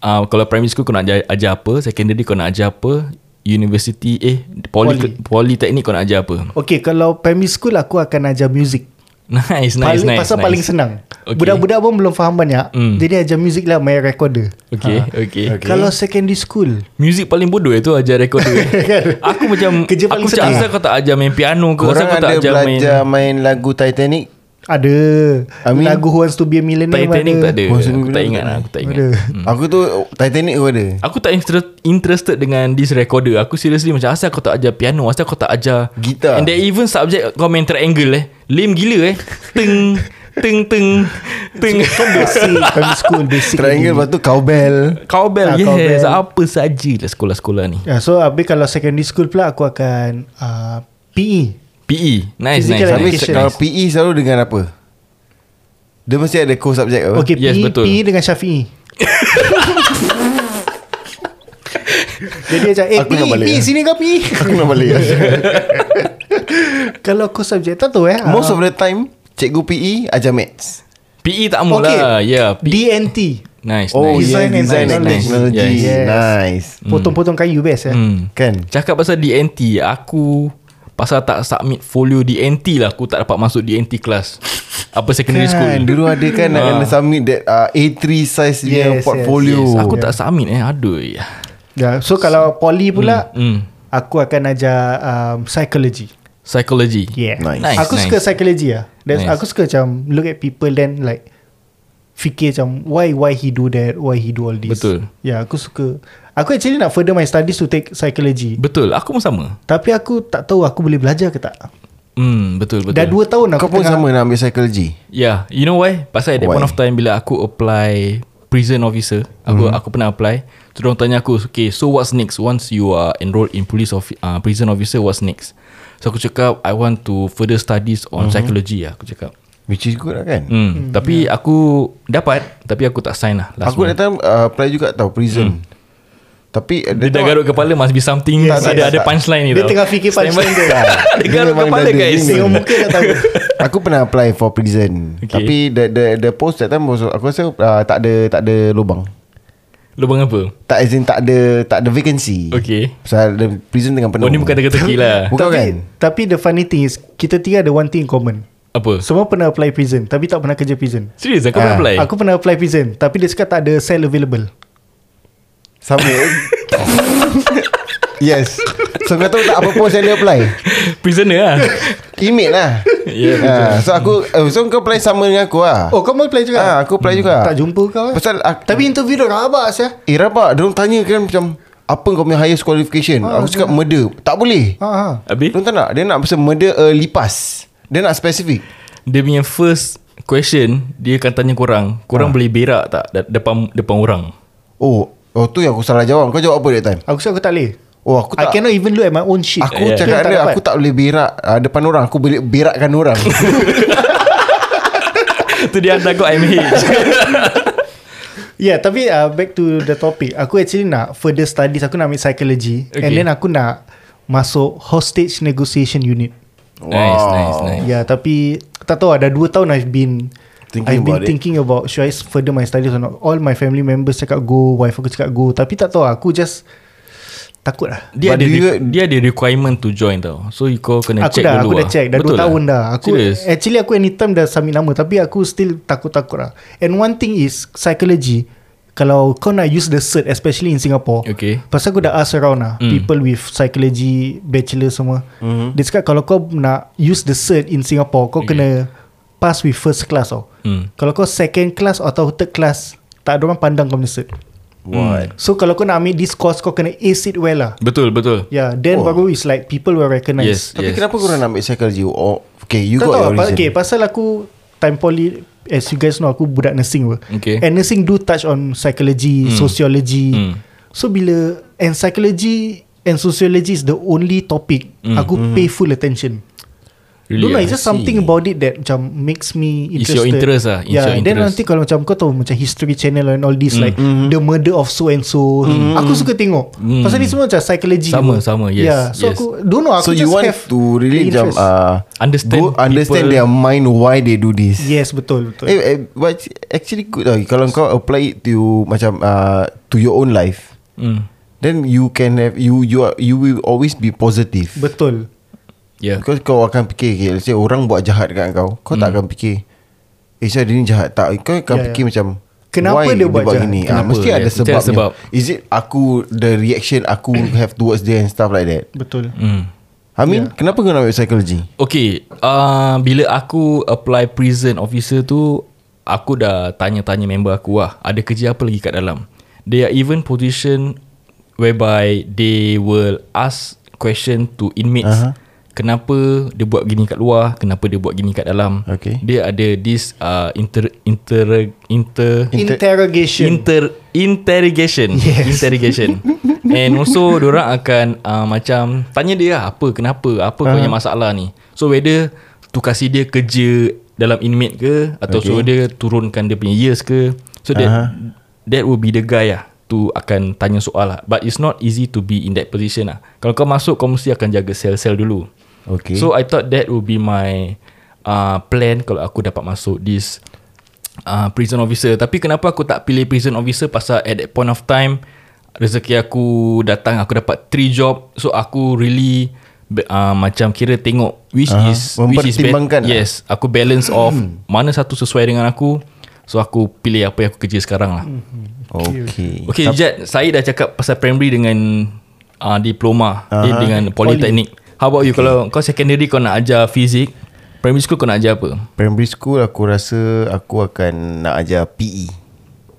Speaker 3: Uh, kalau primary school kau nak ajar, ajar apa? Secondary kau nak ajar apa? University eh poly, politeknik kau nak ajar apa?
Speaker 2: Okay kalau primary school Aku akan ajar music
Speaker 3: Nice, nice,
Speaker 2: paling,
Speaker 3: nice.
Speaker 2: Pasal
Speaker 3: nice.
Speaker 2: paling senang
Speaker 3: Okay.
Speaker 2: Budak-budak pun belum faham banyak
Speaker 3: Hmm.
Speaker 2: Jadi ajar music lah Main recorder
Speaker 3: Okay, okay.
Speaker 2: okay. Kalau secondary school
Speaker 3: Music paling bodoh itu ajar recorder. aku macam
Speaker 2: Kan? Kerja paling
Speaker 3: aku macam
Speaker 2: senang.
Speaker 3: asal kau tak ajar main piano ke? Asal
Speaker 4: Korang
Speaker 3: kau tak
Speaker 4: ada
Speaker 3: ajar main
Speaker 4: belajar main... lagu Titanic
Speaker 2: Ada
Speaker 4: I mean,
Speaker 2: Lagu Who Wants to be a Millionaire
Speaker 3: Titanic
Speaker 2: pun
Speaker 3: tak ada.
Speaker 4: Oh,
Speaker 3: Aku tak
Speaker 4: sebenarnya
Speaker 3: ingat
Speaker 4: tak
Speaker 3: lah,
Speaker 4: ada.
Speaker 3: aku tak ingat.
Speaker 2: Ada.
Speaker 4: hmm. Aku tu oh, Titanic aku ada
Speaker 3: Aku tak inter- interested dengan this recorder. Aku seriously macam asal kau tak ajar piano, asal kau tak ajar And
Speaker 4: Gitar.
Speaker 3: there even subject kau main triangle eh. Lame gila eh. Teng teng teng teng.
Speaker 2: Kan basic Primary school basic
Speaker 4: Triangle
Speaker 2: lagi.
Speaker 4: lepas tu cowbell
Speaker 3: Cowbell
Speaker 2: Ah,
Speaker 3: yes.
Speaker 2: cowbell.
Speaker 3: Apa sajalah sekolah-sekolah ni.
Speaker 2: Ya, So habis kalau secondary school pula Aku akan uh, PE
Speaker 3: PE. Nice
Speaker 2: E. Physical
Speaker 3: nice.
Speaker 4: Tapi
Speaker 3: nice.
Speaker 2: education.
Speaker 4: kalau PE selalu dengan apa? Dia mesti ada core subject apa?
Speaker 2: Okay
Speaker 3: Yes,
Speaker 2: PE,
Speaker 3: betul.
Speaker 2: PE E dengan Syafi'i Jadi macam Eh
Speaker 4: Aku
Speaker 2: PE,
Speaker 4: nak balik
Speaker 2: PE
Speaker 4: lah.
Speaker 2: sini E? kau PE
Speaker 4: Aku nak balik
Speaker 2: Kalau aku subjek tak tahu eh ah,
Speaker 4: Most of the time Cikgu PE ajar maths
Speaker 3: PE tak mau
Speaker 2: Okay.
Speaker 3: lah. Yeah. P-
Speaker 2: DNT
Speaker 3: nice
Speaker 4: Oh
Speaker 3: nice.
Speaker 2: yeah. Design
Speaker 4: design,
Speaker 2: and
Speaker 4: design and
Speaker 2: technology.
Speaker 4: technology
Speaker 2: Yes.
Speaker 4: yes. Nice
Speaker 2: Potong-potong kayu best eh
Speaker 3: Hmm.
Speaker 4: Kan
Speaker 3: Cakap pasal DNT Aku Pasal tak submit folio DNT lah Aku tak dapat masuk DNT class Apa secondary school
Speaker 4: Kan dulu ada kan Nak kena submit that uh, A3 size punya
Speaker 2: Yes,
Speaker 4: portfolio
Speaker 3: yes, Aku tak submit eh Aduh
Speaker 2: Ya, So kalau poly pula
Speaker 3: hmm.
Speaker 2: Aku akan ajar um, Psychology
Speaker 3: Psychology
Speaker 2: Yeah
Speaker 4: Nice.
Speaker 3: Nice,
Speaker 2: Aku
Speaker 3: nice.
Speaker 2: suka psychology lah That's,
Speaker 3: Nice.
Speaker 2: Aku suka macam Look at people then like Fikir macam Why why he do that Why he do all this
Speaker 3: Betul.
Speaker 2: Ya yeah, aku suka Aku actually nak further my studies To take psychology
Speaker 3: Betul Aku pun sama
Speaker 2: Tapi aku tak tahu Aku boleh belajar ke tak
Speaker 3: hmm, Betul betul
Speaker 2: Dah 2 tahun aku
Speaker 4: Kau pun sama nak ambil psychology
Speaker 3: Yeah You know why Pasal at that
Speaker 4: Why?
Speaker 3: point
Speaker 4: Mhm.
Speaker 3: of time Bila aku apply Prison officer Aku aku pernah apply So diorang tanya aku Okay so what's next Once you are enrolled In police of, uh, prison officer What's next So aku cakap I want to further studies On
Speaker 4: Mhm.
Speaker 3: psychology lah Aku cakap
Speaker 4: Which is good lah kan
Speaker 3: Hmm, tapi
Speaker 2: ya.
Speaker 3: aku dapat tapi aku tak sign lah last
Speaker 4: Aku
Speaker 3: aku
Speaker 4: ah, datang uh, apply juga tau prison Tapi
Speaker 3: Dia dah garuk kepala Must be something
Speaker 4: Yes,
Speaker 3: Ada
Speaker 4: yes.
Speaker 3: ada punchline ni
Speaker 2: Dia
Speaker 3: tau. kan?
Speaker 2: tengah fikir
Speaker 3: Stand by-
Speaker 2: punchline dia.
Speaker 3: Dia garuk
Speaker 4: memang
Speaker 3: kepala
Speaker 4: dah ada.
Speaker 3: guys
Speaker 4: Ini
Speaker 2: Tengok muka dah tahu
Speaker 4: Aku pernah apply for prison
Speaker 3: Okay.
Speaker 4: okay. Tapi the, the, the post that time was, Aku rasa uh, tak ada tak ada lubang
Speaker 3: Lubang apa
Speaker 4: Tak as in tak ada Tak ada vacancy
Speaker 3: Okay.
Speaker 4: Pasal the prison tengah penuh
Speaker 3: Oh ni bukan teka-teki lah
Speaker 4: Bukan
Speaker 2: tapi,
Speaker 4: kan
Speaker 2: Tapi the funny thing is Kita tiga ada one thing in common
Speaker 3: Apa
Speaker 2: Semua pernah apply prison Tapi tak pernah kerja prison
Speaker 3: Serius aku nak
Speaker 4: Ah,
Speaker 3: apply
Speaker 2: Aku pernah apply prison Tapi dia cakap tak ada cell available
Speaker 4: Sama Yes So kau tahu tak apa post yang dia apply
Speaker 3: Prisoner lah
Speaker 4: Email lah
Speaker 3: Ya,
Speaker 4: Ah, So aku eh, So kau apply sama dengan aku lah
Speaker 2: Oh kau mau apply juga
Speaker 4: Ah, Aku apply juga
Speaker 2: Tak jumpa kau eh?
Speaker 4: Pasal aku,
Speaker 2: Tapi interview dia orang abas ya
Speaker 4: Eh rabak Diorang tanya kan macam Apa kau punya highest qualification
Speaker 2: Ah,
Speaker 4: Aku cakap murder Tak boleh
Speaker 2: ha, ha.
Speaker 3: Habis
Speaker 4: Diorang tak nak Dia nak pasal murder uh, lipas Dia nak spesifik
Speaker 3: Dia punya first question Dia akan tanya korang Korang
Speaker 2: Ah.
Speaker 3: boleh berak tak da- Depan depan orang
Speaker 4: Oh Oh tu yang aku salah jawab Kau jawab apa that time
Speaker 2: Aku cakap aku tak boleh
Speaker 4: Oh aku
Speaker 2: I
Speaker 4: tak
Speaker 2: cannot even look at my own shit
Speaker 4: Aku
Speaker 3: Yeah.
Speaker 4: yeah. cakap
Speaker 2: Dia tak
Speaker 4: dia
Speaker 2: dapat.
Speaker 4: Aku tak boleh berak uh, Depan orang Aku boleh berakkan orang
Speaker 3: Tu dia hantar kau MH
Speaker 2: Yeah tapi uh, back to the topic Aku actually nak further studies Aku nak ambil psychology okay. And
Speaker 3: Okay.
Speaker 2: then aku nak Masuk hostage negotiation unit
Speaker 3: Nice nice nice
Speaker 2: Yeah tapi Tak tahu ada 2 tahun I've been
Speaker 4: Thinking
Speaker 2: I've been
Speaker 4: about it.
Speaker 2: thinking about Should I further my studies or not All my family members cakap go Wife aku cakap go Tapi tak tahu Aku just Takut lah
Speaker 3: Dia
Speaker 4: But
Speaker 3: ada
Speaker 4: do you-
Speaker 3: re- dia ada requirement to join tau So you kau kena
Speaker 2: Aku
Speaker 3: check
Speaker 2: dah,
Speaker 3: dulu
Speaker 2: aku dah
Speaker 3: lah.
Speaker 2: check Dah 2
Speaker 3: Betul lah.
Speaker 2: tahun dah Aku Eh.
Speaker 3: Serious
Speaker 2: Actually aku anytime dah submit nama Tapi aku still takut-takut lah And one thing is Psychology Kalau kau nak use the cert Especially in Singapore
Speaker 3: Okay. Hmm.
Speaker 2: Pasal aku dah ask around lah mm. People with psychology Bachelor semua mm-hmm. Dia cakap kalau kau nak Use the cert in Singapore Kau okay. kena Pass with first class tau
Speaker 3: Mm.
Speaker 2: Kalau kau second class Atau third class Tak ada orang pandang kau punya cert
Speaker 4: What
Speaker 2: So kalau kau nak ambil this course Kau kena ace it well lah
Speaker 3: Betul betul
Speaker 2: Yeah Then oh. baru is like People will recognize
Speaker 3: Yes yes
Speaker 4: Tapi kenapa korang nak ambil psychology oh, Okay you
Speaker 2: tak
Speaker 4: got
Speaker 2: tahu
Speaker 4: your
Speaker 2: apa
Speaker 4: reason
Speaker 2: okay, pasal aku time poly as you guys know aku budak nursing apa.
Speaker 3: Okay. Hmm.
Speaker 2: And nursing do touch on psychology, mm. sociology. Mm. So bila and psychology and sociology is the only topic
Speaker 3: Hmm.
Speaker 2: mm. aku
Speaker 4: Hmm.
Speaker 2: mm. pay full attention. Really, Don't know,
Speaker 3: ah.
Speaker 2: it's just something about it that macam makes me
Speaker 3: It's
Speaker 2: interested.
Speaker 3: your interest lah, it's
Speaker 2: yeah,
Speaker 3: your
Speaker 2: then
Speaker 3: interest. Hmm.
Speaker 2: nanti kalau macam kau tahu macam History Channel and all this mm. like
Speaker 4: Hmm.
Speaker 2: the murder of so and so. Mm. Aku suka tengok. Mm. Pasal ni semua macam psychology.
Speaker 3: Hmm. Sama,
Speaker 2: apa.
Speaker 3: sama, yes,
Speaker 2: Yeah, so
Speaker 3: yes.
Speaker 2: aku don't know aku
Speaker 4: So
Speaker 2: just
Speaker 4: you want
Speaker 2: have
Speaker 4: to
Speaker 2: the
Speaker 4: really macam
Speaker 2: interest.
Speaker 4: uh,
Speaker 3: Understand
Speaker 4: go Understand
Speaker 3: people.
Speaker 4: their mind Why they do this
Speaker 2: yes, betul betul.
Speaker 4: Eh, eh but actually good tau Kalau kau apply it to Macam uh, To your own life
Speaker 3: mm.
Speaker 4: Then you can have You you are, you will always be positive
Speaker 2: betul.
Speaker 3: Yeah
Speaker 4: Because kau akan fikir okay, Let's say orang buat jahat kat kau Kau tak akan fikir Eh saya dia ni jahat Tak
Speaker 2: Hmm. Ya,
Speaker 4: Kau akan yeah, fikir
Speaker 2: ya.
Speaker 4: yeah. macam
Speaker 2: Kenapa
Speaker 4: why
Speaker 2: dia buat jahat?
Speaker 4: gini? Ah,
Speaker 3: Kenapa?
Speaker 4: Mesti ada
Speaker 3: Yeah, mesti ada
Speaker 4: sebabnya
Speaker 3: sebab.
Speaker 4: sebab. Is it aku The reaction aku have towards dia And stuff like that
Speaker 2: Betul.
Speaker 3: mm.
Speaker 4: I mean
Speaker 2: Ya.
Speaker 4: yeah. Kenapa kau nak ambil psychology
Speaker 3: Okay uh, Bila aku apply prison officer tu Aku dah tanya-tanya member aku lah Ada kerja apa lagi kat dalam They are even position Whereby they will ask question to inmates uh-huh. Kenapa dia buat gini kat luar Kenapa dia buat gini kat dalam
Speaker 4: Okay.
Speaker 3: Dia ada this uh, inter, inter, inter,
Speaker 2: Inter- Interrogation
Speaker 3: Inter interrogation,
Speaker 2: Yes.
Speaker 3: interrogation. And also orang akan uh, macam tanya dia lah, apa kenapa, apa uh. punya masalah ni. So whether tu kasih dia kerja dalam inmate ke atau okay. suruh dia turunkan dia punya years ke. So that uh-huh. that will be the guy lah tu akan tanya soal lah. But it's not easy to be in that position lah. Kalau kau masuk kau mesti akan jaga sel-sel dulu.
Speaker 4: Okay
Speaker 3: So I thought that would be my uh, plan kalau aku dapat masuk this uh, prison officer. Tapi kenapa aku tak pilih prison officer pasal at that point of time rezeki aku datang aku dapat 3 job. So aku really be- uh, macam kira tengok which uh,
Speaker 4: Aha,
Speaker 3: is which is
Speaker 4: mempertimbangkan
Speaker 3: bet-
Speaker 4: lah. Hmm.
Speaker 3: Yes, aku balance off mana satu sesuai dengan aku. So aku pilih apa yang aku kerja sekarang lah.
Speaker 4: Hmm. Okay
Speaker 3: Okay Jad Saya dah cakap Pasal primary dengan uh, Diploma uh-huh. eh, Dengan politeknik How about you Kalau kau secondary Kau nak ajar fizik Primary school kau nak ajar apa
Speaker 4: Primary school aku rasa Aku akan nak ajar E. PE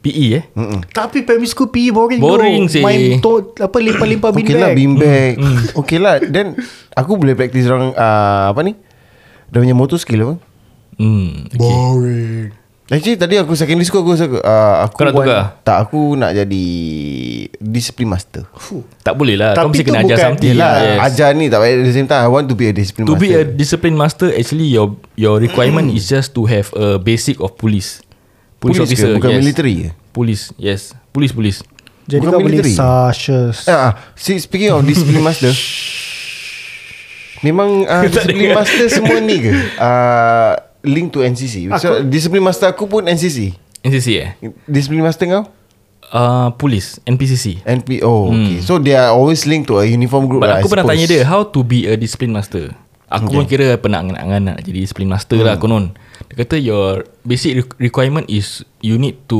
Speaker 3: PE eh
Speaker 4: Mm-mm.
Speaker 2: Tapi primary school PE boring
Speaker 3: Boring
Speaker 2: bro.
Speaker 3: sih.
Speaker 2: Main to, Apa limpah-limpah bin
Speaker 4: Okay
Speaker 2: bag
Speaker 4: lah beanbag
Speaker 2: Hmm,
Speaker 4: Okay lah Then Aku boleh practice orang uh, Apa ni Dia punya motor skill apa
Speaker 3: Hmm okay.
Speaker 2: Boring
Speaker 4: Actually tadi aku secondary school aku rasa aku, uh, aku
Speaker 3: Kau nak
Speaker 4: want-
Speaker 3: tukar?
Speaker 4: Tak aku nak jadi Discipline master
Speaker 3: Tak boleh lah
Speaker 2: Tapi
Speaker 3: Kau mesti
Speaker 2: tu
Speaker 3: kena ajar
Speaker 2: bukan-
Speaker 3: something
Speaker 4: Yelah
Speaker 3: yes.
Speaker 4: Ajar ni tak payah At the same time I want to be a discipline
Speaker 3: To
Speaker 4: master
Speaker 3: be a discipline master Actually your Your requirement is just to have A basic of Hmm. police Police,
Speaker 4: Police ke?
Speaker 3: officer
Speaker 4: Bukan
Speaker 3: yes.
Speaker 4: military ke?
Speaker 3: Police Yes Police police
Speaker 2: Jadi
Speaker 4: Bukan
Speaker 2: kau boleh
Speaker 4: military.
Speaker 2: sashes.
Speaker 4: Ah, ah. See, speaking of discipline master Memang uh, discipline master semua ni ke? Uh, link to NCC So discipline master aku pun NCC
Speaker 3: NCC eh
Speaker 4: Discipline master kau?
Speaker 3: uh, Polis NPCC
Speaker 4: NPO hmm. okay. So they are always linked to a uniform group
Speaker 3: But
Speaker 4: lah, I
Speaker 3: aku pernah
Speaker 4: suppose.
Speaker 3: tanya dia How to be a discipline master Aku okay. pun kira pernah angan-angan nak jadi discipline master hmm. lah konon Dia kata your basic re- requirement is You need to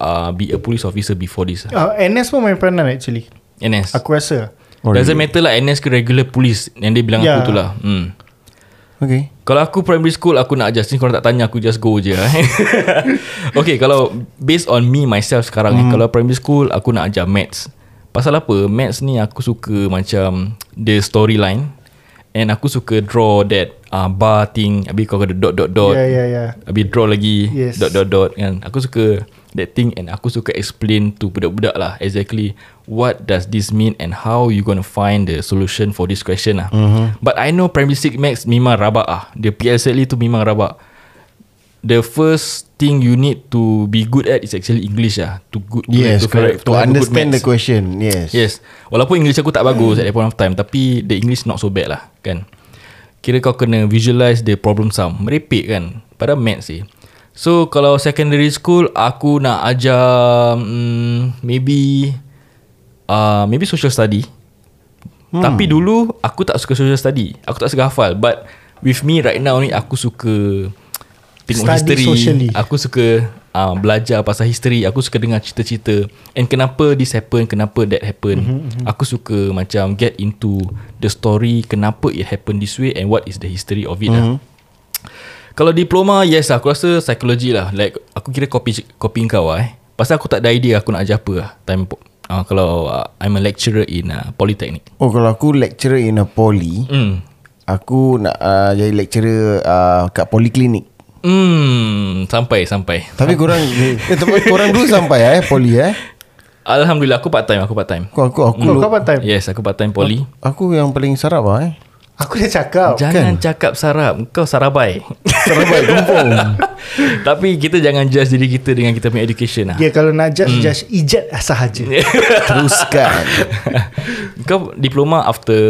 Speaker 3: uh, be a police officer before this lah.
Speaker 2: Uh, NS pun main peranan actually.
Speaker 3: NS
Speaker 2: Aku rasa.
Speaker 3: Doesn't matter lah NS ke regular police Yang dia bilang
Speaker 2: Yeah.
Speaker 3: aku tu lah hmm.
Speaker 4: Okay
Speaker 3: Kalau aku primary school Aku nak adjust Ni korang tak tanya Aku just go je eh. Okay kalau Based on me myself sekarang
Speaker 2: Hmm.
Speaker 3: mm. eh, Kalau primary school Aku nak ajar maths Pasal apa Maths ni aku suka Macam The storyline And aku suka draw that uh, Bar thing Habis kau ada dot dot dot
Speaker 2: Ya, ya, ya.
Speaker 3: Habis draw lagi
Speaker 2: Yes.
Speaker 3: Dot dot dot kan Aku suka That thing And aku suka explain To budak-budak lah Exactly What does this mean And how you gonna find The solution for this question lah mm-hmm. But I know Primary 6 Max Memang rabak ah The PSLE tu memang rabak The first thing you need to be good at is actually English lah. To good to,
Speaker 4: Yes, correct. To
Speaker 3: have a good
Speaker 4: understand the
Speaker 3: maths.
Speaker 4: question. Yes.
Speaker 3: Yes Walaupun English aku tak bagus At that point of time Tapi the English not so bad lah Kan Kira kau kena visualise The problem sum Merepek kan Padahal maths sih So kalau secondary school Aku nak ajar mm, Maybe uh, Maybe social study hmm. Tapi dulu Aku tak suka social study Aku tak suka hafal But With me right now ni Aku suka Tengok
Speaker 2: Study
Speaker 3: history
Speaker 2: socially.
Speaker 3: Aku suka uh, Belajar pasal history Aku suka dengar cerita-cerita And kenapa this happen Kenapa that happen
Speaker 2: Hmm,
Speaker 3: mm-hmm, Aku suka macam Get into The story Kenapa it happen this way And what is the history of it
Speaker 2: Hmm.
Speaker 3: mm-hmm. lah kalau diploma Yes lah Aku rasa psychology lah Like Aku kira copy Copying kau lah eh Pasal aku tak ada idea Aku nak ajar apa lah Time po- uh, Kalau uh, I'm a lecturer in uh, Polytechnic
Speaker 4: Oh, kalau aku lecturer in a poly,
Speaker 3: Hmm
Speaker 4: aku nak uh, jadi lecturer uh, kat poliklinik.
Speaker 3: Hmm Sampai sampai
Speaker 4: Tapi korang eh, tapi korang dulu sampai eh poly eh.
Speaker 3: Alhamdulillah Aku part time Aku part time
Speaker 4: Aku aku aku
Speaker 2: Oh, Kau
Speaker 4: lu-
Speaker 2: kapan time?
Speaker 3: Yes aku part time poly
Speaker 4: aku yang paling sarap ah eh.
Speaker 2: Aku dah cakap.
Speaker 3: Jangan cakap sarap Kau sarabai
Speaker 4: Sarabai tumpung.
Speaker 3: Tapi kita jangan judge diri kita Dengan kita punya education lah
Speaker 2: Ya kalau nak judge
Speaker 4: Hmm.
Speaker 2: Judge ijat sahaja
Speaker 4: Teruskan.
Speaker 3: Kau diploma after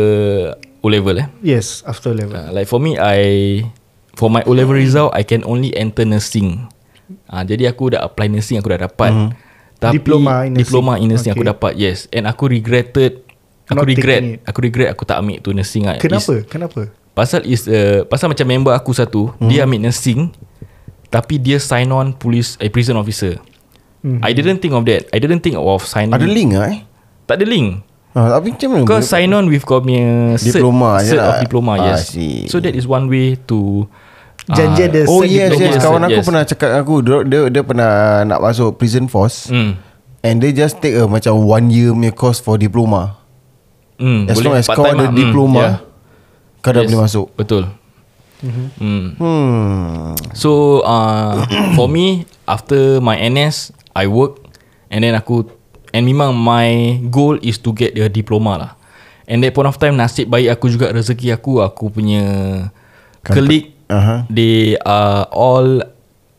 Speaker 3: O-level eh
Speaker 2: Yes After
Speaker 4: Ah,
Speaker 2: level
Speaker 3: Uh, like for me I For my O-level result I can only enter nursing uh, Jadi aku dah apply nursing Aku dah dapat mm. Tapi
Speaker 2: Mhm. Diploma in nursing.
Speaker 3: Diploma in nursing okay. Aku
Speaker 2: Okay.
Speaker 3: dapat yes And aku regretted Aku
Speaker 2: Not taking
Speaker 3: regret
Speaker 2: it.
Speaker 3: Aku regret aku tak ambil tu nursing lah.
Speaker 2: Kenapa?
Speaker 3: It's,
Speaker 2: Kenapa?
Speaker 3: pasal is uh, Pasal macam member aku satu
Speaker 2: Mhm.
Speaker 3: mm. Dia ambil nursing Tapi dia sign on police eh, Prison officer
Speaker 2: Mhm.
Speaker 3: mm. I didn't think of that I didn't think of signing
Speaker 4: Ada link ah eh.
Speaker 3: Tak ada link
Speaker 4: Ah, tapi macam mana?
Speaker 3: kau sign on with kau punya cert,
Speaker 4: Diploma je
Speaker 3: cert
Speaker 4: lah.
Speaker 3: of diploma
Speaker 4: Ah,
Speaker 3: yes.
Speaker 4: I see.
Speaker 3: So that is one way to ah,
Speaker 2: Janji ada
Speaker 4: Oh
Speaker 2: cert
Speaker 4: yes,
Speaker 3: diploma.
Speaker 4: yes. Kawan aku
Speaker 3: Yes.
Speaker 4: pernah cakap dengan aku dia, dia dia pernah nak masuk prison force.
Speaker 3: Mm,
Speaker 4: And they just take a macam one year punya course for diploma.
Speaker 3: mm,
Speaker 4: As
Speaker 3: boleh
Speaker 4: long as
Speaker 3: part
Speaker 4: kau
Speaker 3: time
Speaker 4: ada
Speaker 3: lah. Mm,
Speaker 4: diploma,
Speaker 3: yeah.
Speaker 4: kau dah
Speaker 3: Yes,
Speaker 4: boleh masuk.
Speaker 3: Betul. Mm.
Speaker 4: Hmm.
Speaker 3: So uh, for me after my NS I work and then aku and memang my goal is to get a diploma lah. And that point of time nasib baik aku juga rezeki aku aku punya
Speaker 4: Kan,
Speaker 3: colleague
Speaker 4: Aha.
Speaker 3: they are all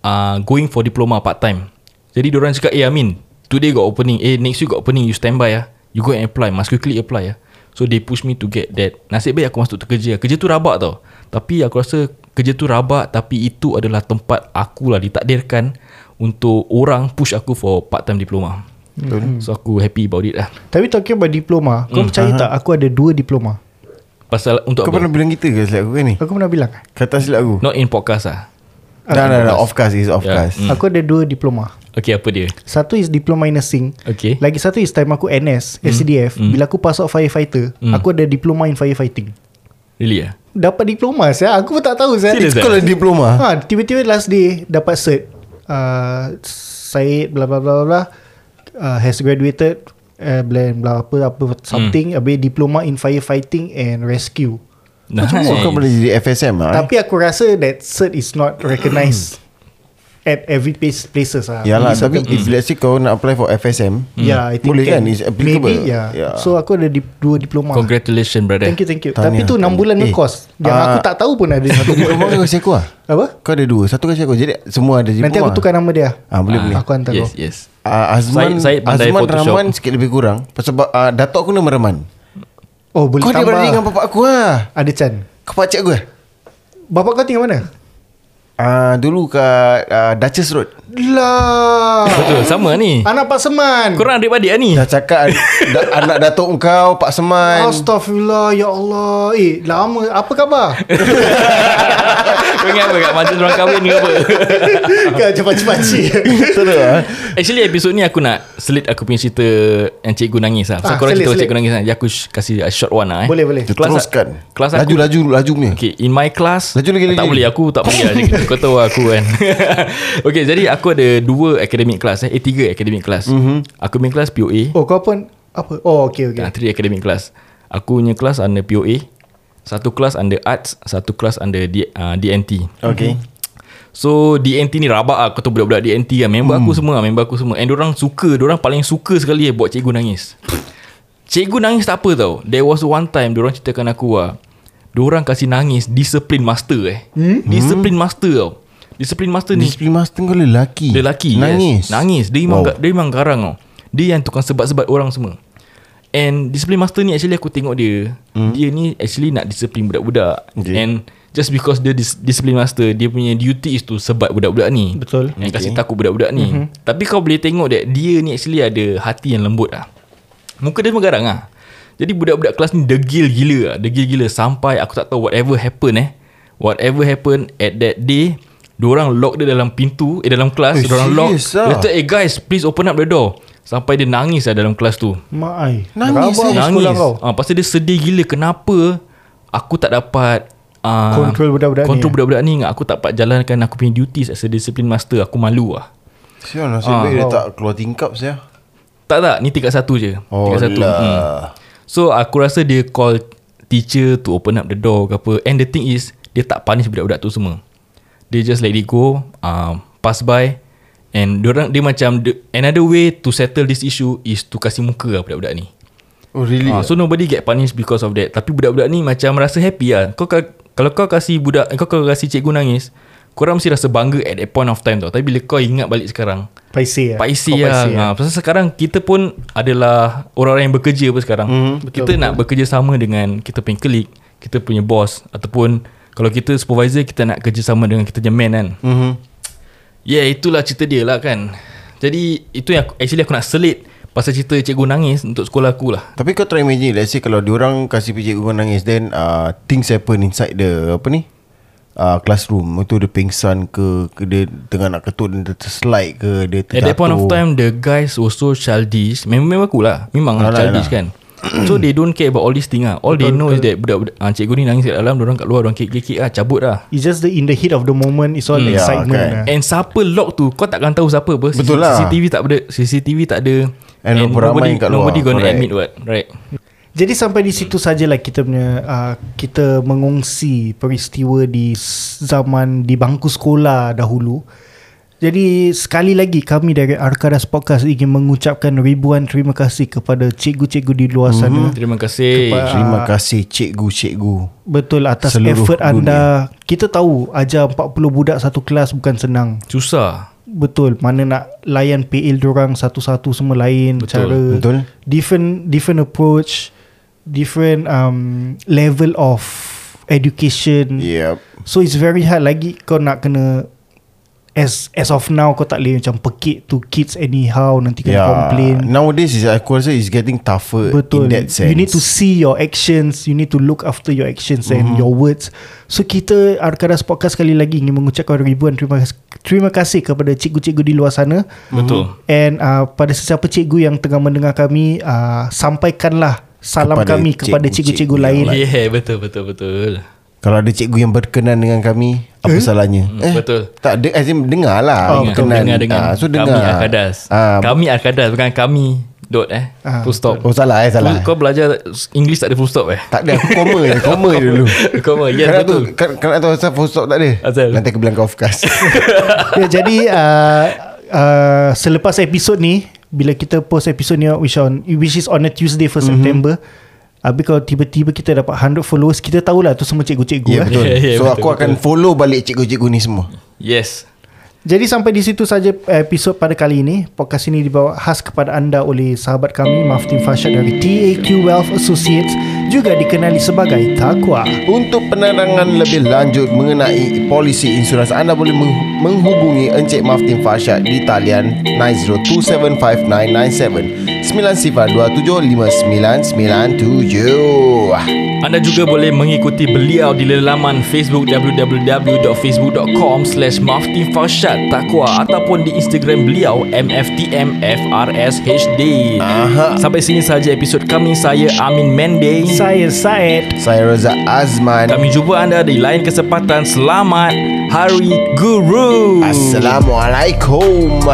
Speaker 3: uh, going for diploma part time. Jadi diorang cakap, eh Amin, today got opening, eh next week got opening, you stand by ah. You go and apply, must quickly apply ah. So they push me to get that. Nasib baik aku masuk tu kerja. Kerja tu rabak tau. Tapi aku rasa kerja tu rabak tapi itu adalah tempat aku lah ditakdirkan untuk orang push aku for part time diploma. Betul. So aku happy about it lah.
Speaker 2: Tapi talking about diploma
Speaker 4: Hmm,
Speaker 2: Kau percaya tak Aku ada dua diploma
Speaker 3: Pasal untuk
Speaker 4: Kau
Speaker 3: apa?
Speaker 4: pernah bilang kita ke silap aku kan ni?
Speaker 2: Aku pernah bilang eh?
Speaker 4: Kata silap aku.
Speaker 3: Not in podcast ah.
Speaker 4: Dah dah dah off cast is off cast.
Speaker 2: Aku ada dua diploma
Speaker 3: Okay, apa dia?
Speaker 2: Satu is diploma in nursing
Speaker 3: Okay.
Speaker 2: Lagi satu is time aku
Speaker 4: Hmm.
Speaker 2: NS SCDF Bila aku pass out firefighter Aku ada diploma in firefighting
Speaker 3: Really ah?
Speaker 2: Dapat diploma saya Aku pun tak tahu saya
Speaker 3: Serious
Speaker 4: Kau ada diploma.
Speaker 2: Ha, tiba-tiba last day dapat cert. Uh, Syed bla bla bla bla bla uh, has graduated uh, bla bla apa apa
Speaker 4: Hmm.
Speaker 2: something habis diploma in firefighting and rescue.
Speaker 3: Nah,
Speaker 4: Kau boleh jadi FSM ah.
Speaker 2: Tapi aku rasa that cert is not recognized
Speaker 4: Hmm.
Speaker 2: at every place places lah.
Speaker 4: Yalah
Speaker 2: It's a-
Speaker 4: tapi if let's say kau nak apply for FSM
Speaker 2: yeah, I think
Speaker 4: Boleh
Speaker 2: can.
Speaker 4: kan It's applicable
Speaker 2: Maybe yeah. yeah. So aku ada dip, dua diploma.
Speaker 3: Congratulations brother
Speaker 2: Thank you, thank you.
Speaker 4: Tahniah,
Speaker 2: Tapi tu 6 bulan eh,
Speaker 4: tahniah.
Speaker 2: course. Yang
Speaker 4: Eh, Ah.
Speaker 2: aku tak tahu pun ada satu.
Speaker 4: Satu diploma kau kasi aku lah
Speaker 2: Apa?
Speaker 4: Kau ada dua Satu kasi aku Jadi semua ada diploma
Speaker 2: Nanti aku tukar nama dia.
Speaker 4: Ah, boleh, boleh.
Speaker 2: Aku hantar
Speaker 3: Yes
Speaker 2: kau.
Speaker 3: yes
Speaker 4: Ah,
Speaker 3: Syed-
Speaker 4: Azman
Speaker 3: Syed pandai
Speaker 4: Azman
Speaker 3: Photoshop.
Speaker 4: Rahman sikit lebih kurang Sebab ah, Datuk aku nama Rahman
Speaker 2: Oh, boleh
Speaker 4: Kau dia
Speaker 2: tambah.
Speaker 4: berada dengan bapak aku lah
Speaker 2: Ada Chan.
Speaker 4: Kau pakcik aku lah
Speaker 2: Bapak kau tinggal mana?
Speaker 4: Ah, dulu kat ah, Duchess Road
Speaker 2: Lah.
Speaker 3: Betul sama ni
Speaker 2: Anak Pak Seman.
Speaker 3: Korang adik-adik lah ni
Speaker 4: Dah cakap da, Anak datuk kau Pak Seman
Speaker 2: Astaghfirullah Ya Allah Eh lama Apa khabar
Speaker 3: Kau ingat apa kat Macam orang kahwin ke apa
Speaker 2: Kau cepat-cepat
Speaker 4: Terus lah
Speaker 3: Actually episod ni aku nak Selit aku punya cerita Yang cikgu nangis lah So
Speaker 2: Ah,
Speaker 3: korang
Speaker 2: selit,
Speaker 3: cerita pasal
Speaker 2: selit.
Speaker 3: cikgu nangis lah Jadi Aku sh- kasih a short one lah eh
Speaker 2: Boleh boleh
Speaker 3: Kelas-
Speaker 4: Teruskan
Speaker 3: kelas aku-
Speaker 4: Laju laju laju punya
Speaker 3: Okay in my class
Speaker 4: Laju lagi, lagi,
Speaker 3: Tak
Speaker 4: lagi.
Speaker 3: boleh aku tak boleh lah cakap. Kau tahu aku kan Okay jadi aku ada Dua academic class eh Eh tiga academic class
Speaker 4: Mhm.
Speaker 3: mm-hmm. Aku punya class POA
Speaker 2: Oh kau pun Apa Oh okay okay
Speaker 3: yeah. Three academic class Aku punya class under POA Satu class under arts Satu class under D, uh, DNT
Speaker 4: Okay
Speaker 3: So DNT ni rabak lah Kau tahu budak-budak DNT kan Member hmm. aku semua lah, Member aku semua And orang suka orang paling suka sekali eh, Buat cikgu nangis Cikgu nangis tak apa tau There was one time orang ceritakan aku lah orang kasih nangis Discipline master eh hmm? Discipline master tau Discipline master ni
Speaker 4: Discipline master kau lelaki
Speaker 3: Lelaki yes.
Speaker 4: Nangis
Speaker 3: Nangis Dia memang,
Speaker 4: Wow.
Speaker 3: wow. dia memang garang tau Dia yang tukang sebat-sebat orang semua And discipline master ni Actually aku tengok dia mm. Dia ni actually nak discipline budak-budak
Speaker 4: Hmm. Okay.
Speaker 3: And just because dia dis- discipline master Dia punya duty is to sebat budak-budak ni
Speaker 2: Betul.
Speaker 3: And kasih takut budak-budak ni mm-hmm. Tapi kau boleh tengok that Dia ni actually ada hati yang lembut lah Muka dia memang garang lah Jadi budak-budak kelas ni degil gila lah Degil gila Sampai aku tak tahu whatever happen eh Whatever happen at that day Diorang lock dia dalam pintu Eh dalam kelas
Speaker 4: Eh,
Speaker 3: Dia orang lock
Speaker 4: serious ah?
Speaker 3: Dia kata eh guys Please open up the door Sampai dia nangis lah dalam kelas tu
Speaker 2: Mak ai
Speaker 4: Nangis,
Speaker 2: Rabak
Speaker 4: eh.
Speaker 2: sekolah
Speaker 3: Nangis
Speaker 2: kau
Speaker 3: ha, Pasal dia sedih gila Kenapa Aku tak dapat uh,
Speaker 2: Control budak-budak ni,
Speaker 3: Control
Speaker 2: eh?
Speaker 3: budak-budak ni Aku tak dapat jalankan Aku punya duties As a discipline master Aku malu lah
Speaker 4: Sial nasib
Speaker 3: Ah.
Speaker 4: baik dia tak keluar tingkap saya
Speaker 3: Tak tak Ni tingkat satu je
Speaker 4: Oh
Speaker 3: Tingkat satu hmm.
Speaker 4: lah
Speaker 3: So aku rasa dia call Teacher to open up the door ke apa And the thing is Dia tak punish budak-budak tu semua Dia just let it go um, Pass by And diorang, dia macam the- Another way to settle this issue Is to kasih muka lah budak-budak ni
Speaker 4: Oh really
Speaker 3: Ah, so nobody get punished because of that. Tapi budak-budak ni macam rasa happy lah. Kau ka- kalau kau kasih budak kau kalau kasih cikgu nangis, korang mesti rasa bangga at that point of time tau. Tapi bila kau ingat balik sekarang,
Speaker 2: Paisi ya.
Speaker 3: yeah. paisi lah. Yeah. Ha, pasal sekarang kita pun adalah orang-orang yang bekerja apa sekarang. Mm, betul, kita betul. nak bekerja sama dengan kita punya klik, kita punya boss ataupun kalau kita supervisor kita nak kerja sama dengan kita punya man kan.
Speaker 4: Mhm.
Speaker 3: Yeah itulah cerita dia lah kan Jadi itu yang aku, actually aku nak selit Pasal cerita cikgu nangis untuk sekolah aku lah
Speaker 4: Tapi kau try imagine Let's say kalau diorang Kasih pijak kau nangis Then uh, things happen inside the Apa ni uh, Classroom Itu dia pingsan ke, ke Dia tengah nak ketuk Dia terslide ke Dia
Speaker 3: At
Speaker 4: terjatuh
Speaker 3: that point of time The guys also childish Memang, memang aku lah Memang lah
Speaker 4: Alah,
Speaker 3: childish kan So they don't care about all these thing lah All betul, they know betul. is that Budak-budak ah, Cikgu ni nangis kat dalam Diorang kat luar Diorang kek-kek lah Cabut lah
Speaker 2: It's just the in the heat of the moment It's all
Speaker 4: Hmm. Yeah,
Speaker 2: excitement
Speaker 4: kan.
Speaker 2: lah.
Speaker 3: And siapa lock tu Kau takkan tahu siapa apa
Speaker 4: Betul lah.
Speaker 3: CCTV tak ada CCTV tak ada
Speaker 4: And ramai
Speaker 3: nobody,
Speaker 4: kat luar,
Speaker 3: nobody gonna
Speaker 4: correct.
Speaker 3: admit what Right
Speaker 2: Hmm. Jadi sampai di situ sajalah kita punya uh, kita mengongsi peristiwa di s- zaman di bangku sekolah dahulu. Jadi sekali lagi kami dari Arkadas Podcast ingin mengucapkan ribuan terima kasih kepada cikgu-cikgu di luar sana.
Speaker 3: Terima kasih
Speaker 2: Kepa-
Speaker 4: Ah, Terima kasih cikgu-cikgu
Speaker 2: Betul atas
Speaker 4: Seluruh
Speaker 2: effort anda. Kita tahu ajar 40 budak satu kelas bukan senang.
Speaker 3: Susah
Speaker 2: Betul Mana nak layan PL diorang Satu-satu semua lain Betul cara,
Speaker 4: Betul.
Speaker 2: Different Different approach Different um, Level of Education
Speaker 4: Yep
Speaker 2: So it's very hard Lagi kau nak kena As as of now Kau tak boleh macam Pekik to kids anyhow Nanti kena yeah. complain
Speaker 4: Nowadays is, Aku rasa is getting tougher
Speaker 2: Betul
Speaker 4: In that sense
Speaker 2: You
Speaker 4: Mm-hmm.
Speaker 2: need to see your actions You need to look after your actions And your words So kita Arkadas Podcast sekali lagi Ingin mengucapkan ribuan Terima kasih Terima kasih kepada cikgu-cikgu di luar sana
Speaker 3: Betul
Speaker 2: And uh, pada sesiapa cikgu yang tengah mendengar kami uh, Sampaikanlah salam kepada
Speaker 4: Kepada
Speaker 2: kami kepada
Speaker 4: cikgu-cikgu
Speaker 2: cikgu-cikgu
Speaker 4: yang
Speaker 2: lain
Speaker 3: Yeah betul betul betul
Speaker 4: Kalau ada cikgu yang berkenan dengan kami Apa salahnya
Speaker 3: Hmm,
Speaker 4: Eh?
Speaker 3: betul.
Speaker 4: Tak de- as in, dengar lah
Speaker 3: Dengar, dengar, dengar.
Speaker 4: Ah, So dengar
Speaker 3: Kami Arkadas.
Speaker 4: Ah,
Speaker 3: kami Arkadas bukan kami Dot eh
Speaker 2: Ah,
Speaker 3: Full stop
Speaker 4: Oh salah eh salah eh.
Speaker 3: Kau belajar English tak ada full stop eh
Speaker 4: Tak ada aku koma je Koma je dulu
Speaker 3: Koma Yes
Speaker 4: Kerana tu
Speaker 3: betul
Speaker 4: ker- Kerana tu asal full stop tak ada
Speaker 3: Asal?
Speaker 4: Nanti aku bilang kau off cast
Speaker 2: ya, jadi uh, uh, selepas episod ni bila kita post episod ni which on which is on a Tuesday 1 mm-hmm. September Habis kalau tiba-tiba kita dapat 100 followers Kita tahulah tu semua cikgu-cikgu eh.
Speaker 4: Ya betul
Speaker 3: Ya, ya,
Speaker 4: So
Speaker 3: betul,
Speaker 4: aku akan follow balik cikgu-cikgu ni semua
Speaker 3: Yes
Speaker 2: Jadi sampai di situ saja episod pada kali ini. Podcast ini dibawa khas kepada anda oleh sahabat kami Maftin Fashad dari TAQ Wealth Associates juga dikenali sebagai Takwa.
Speaker 4: Untuk penerangan lebih lanjut mengenai polisi insurans anda boleh meng- menghubungi Encik Maftin Farshad di talian 90275997 972759997
Speaker 3: Anda juga boleh mengikuti beliau di laman Facebook www.facebook.com slash maftifarshad takwa ataupun di Instagram beliau mftmfrshd Aha. Sampai sini sahaja episod kami saya Amin Mende
Speaker 2: Saya Said.
Speaker 4: Saya Reza Azman
Speaker 3: kami jumpa anda di lain kesempatan selamat Hari Guru
Speaker 4: Assalamualaikum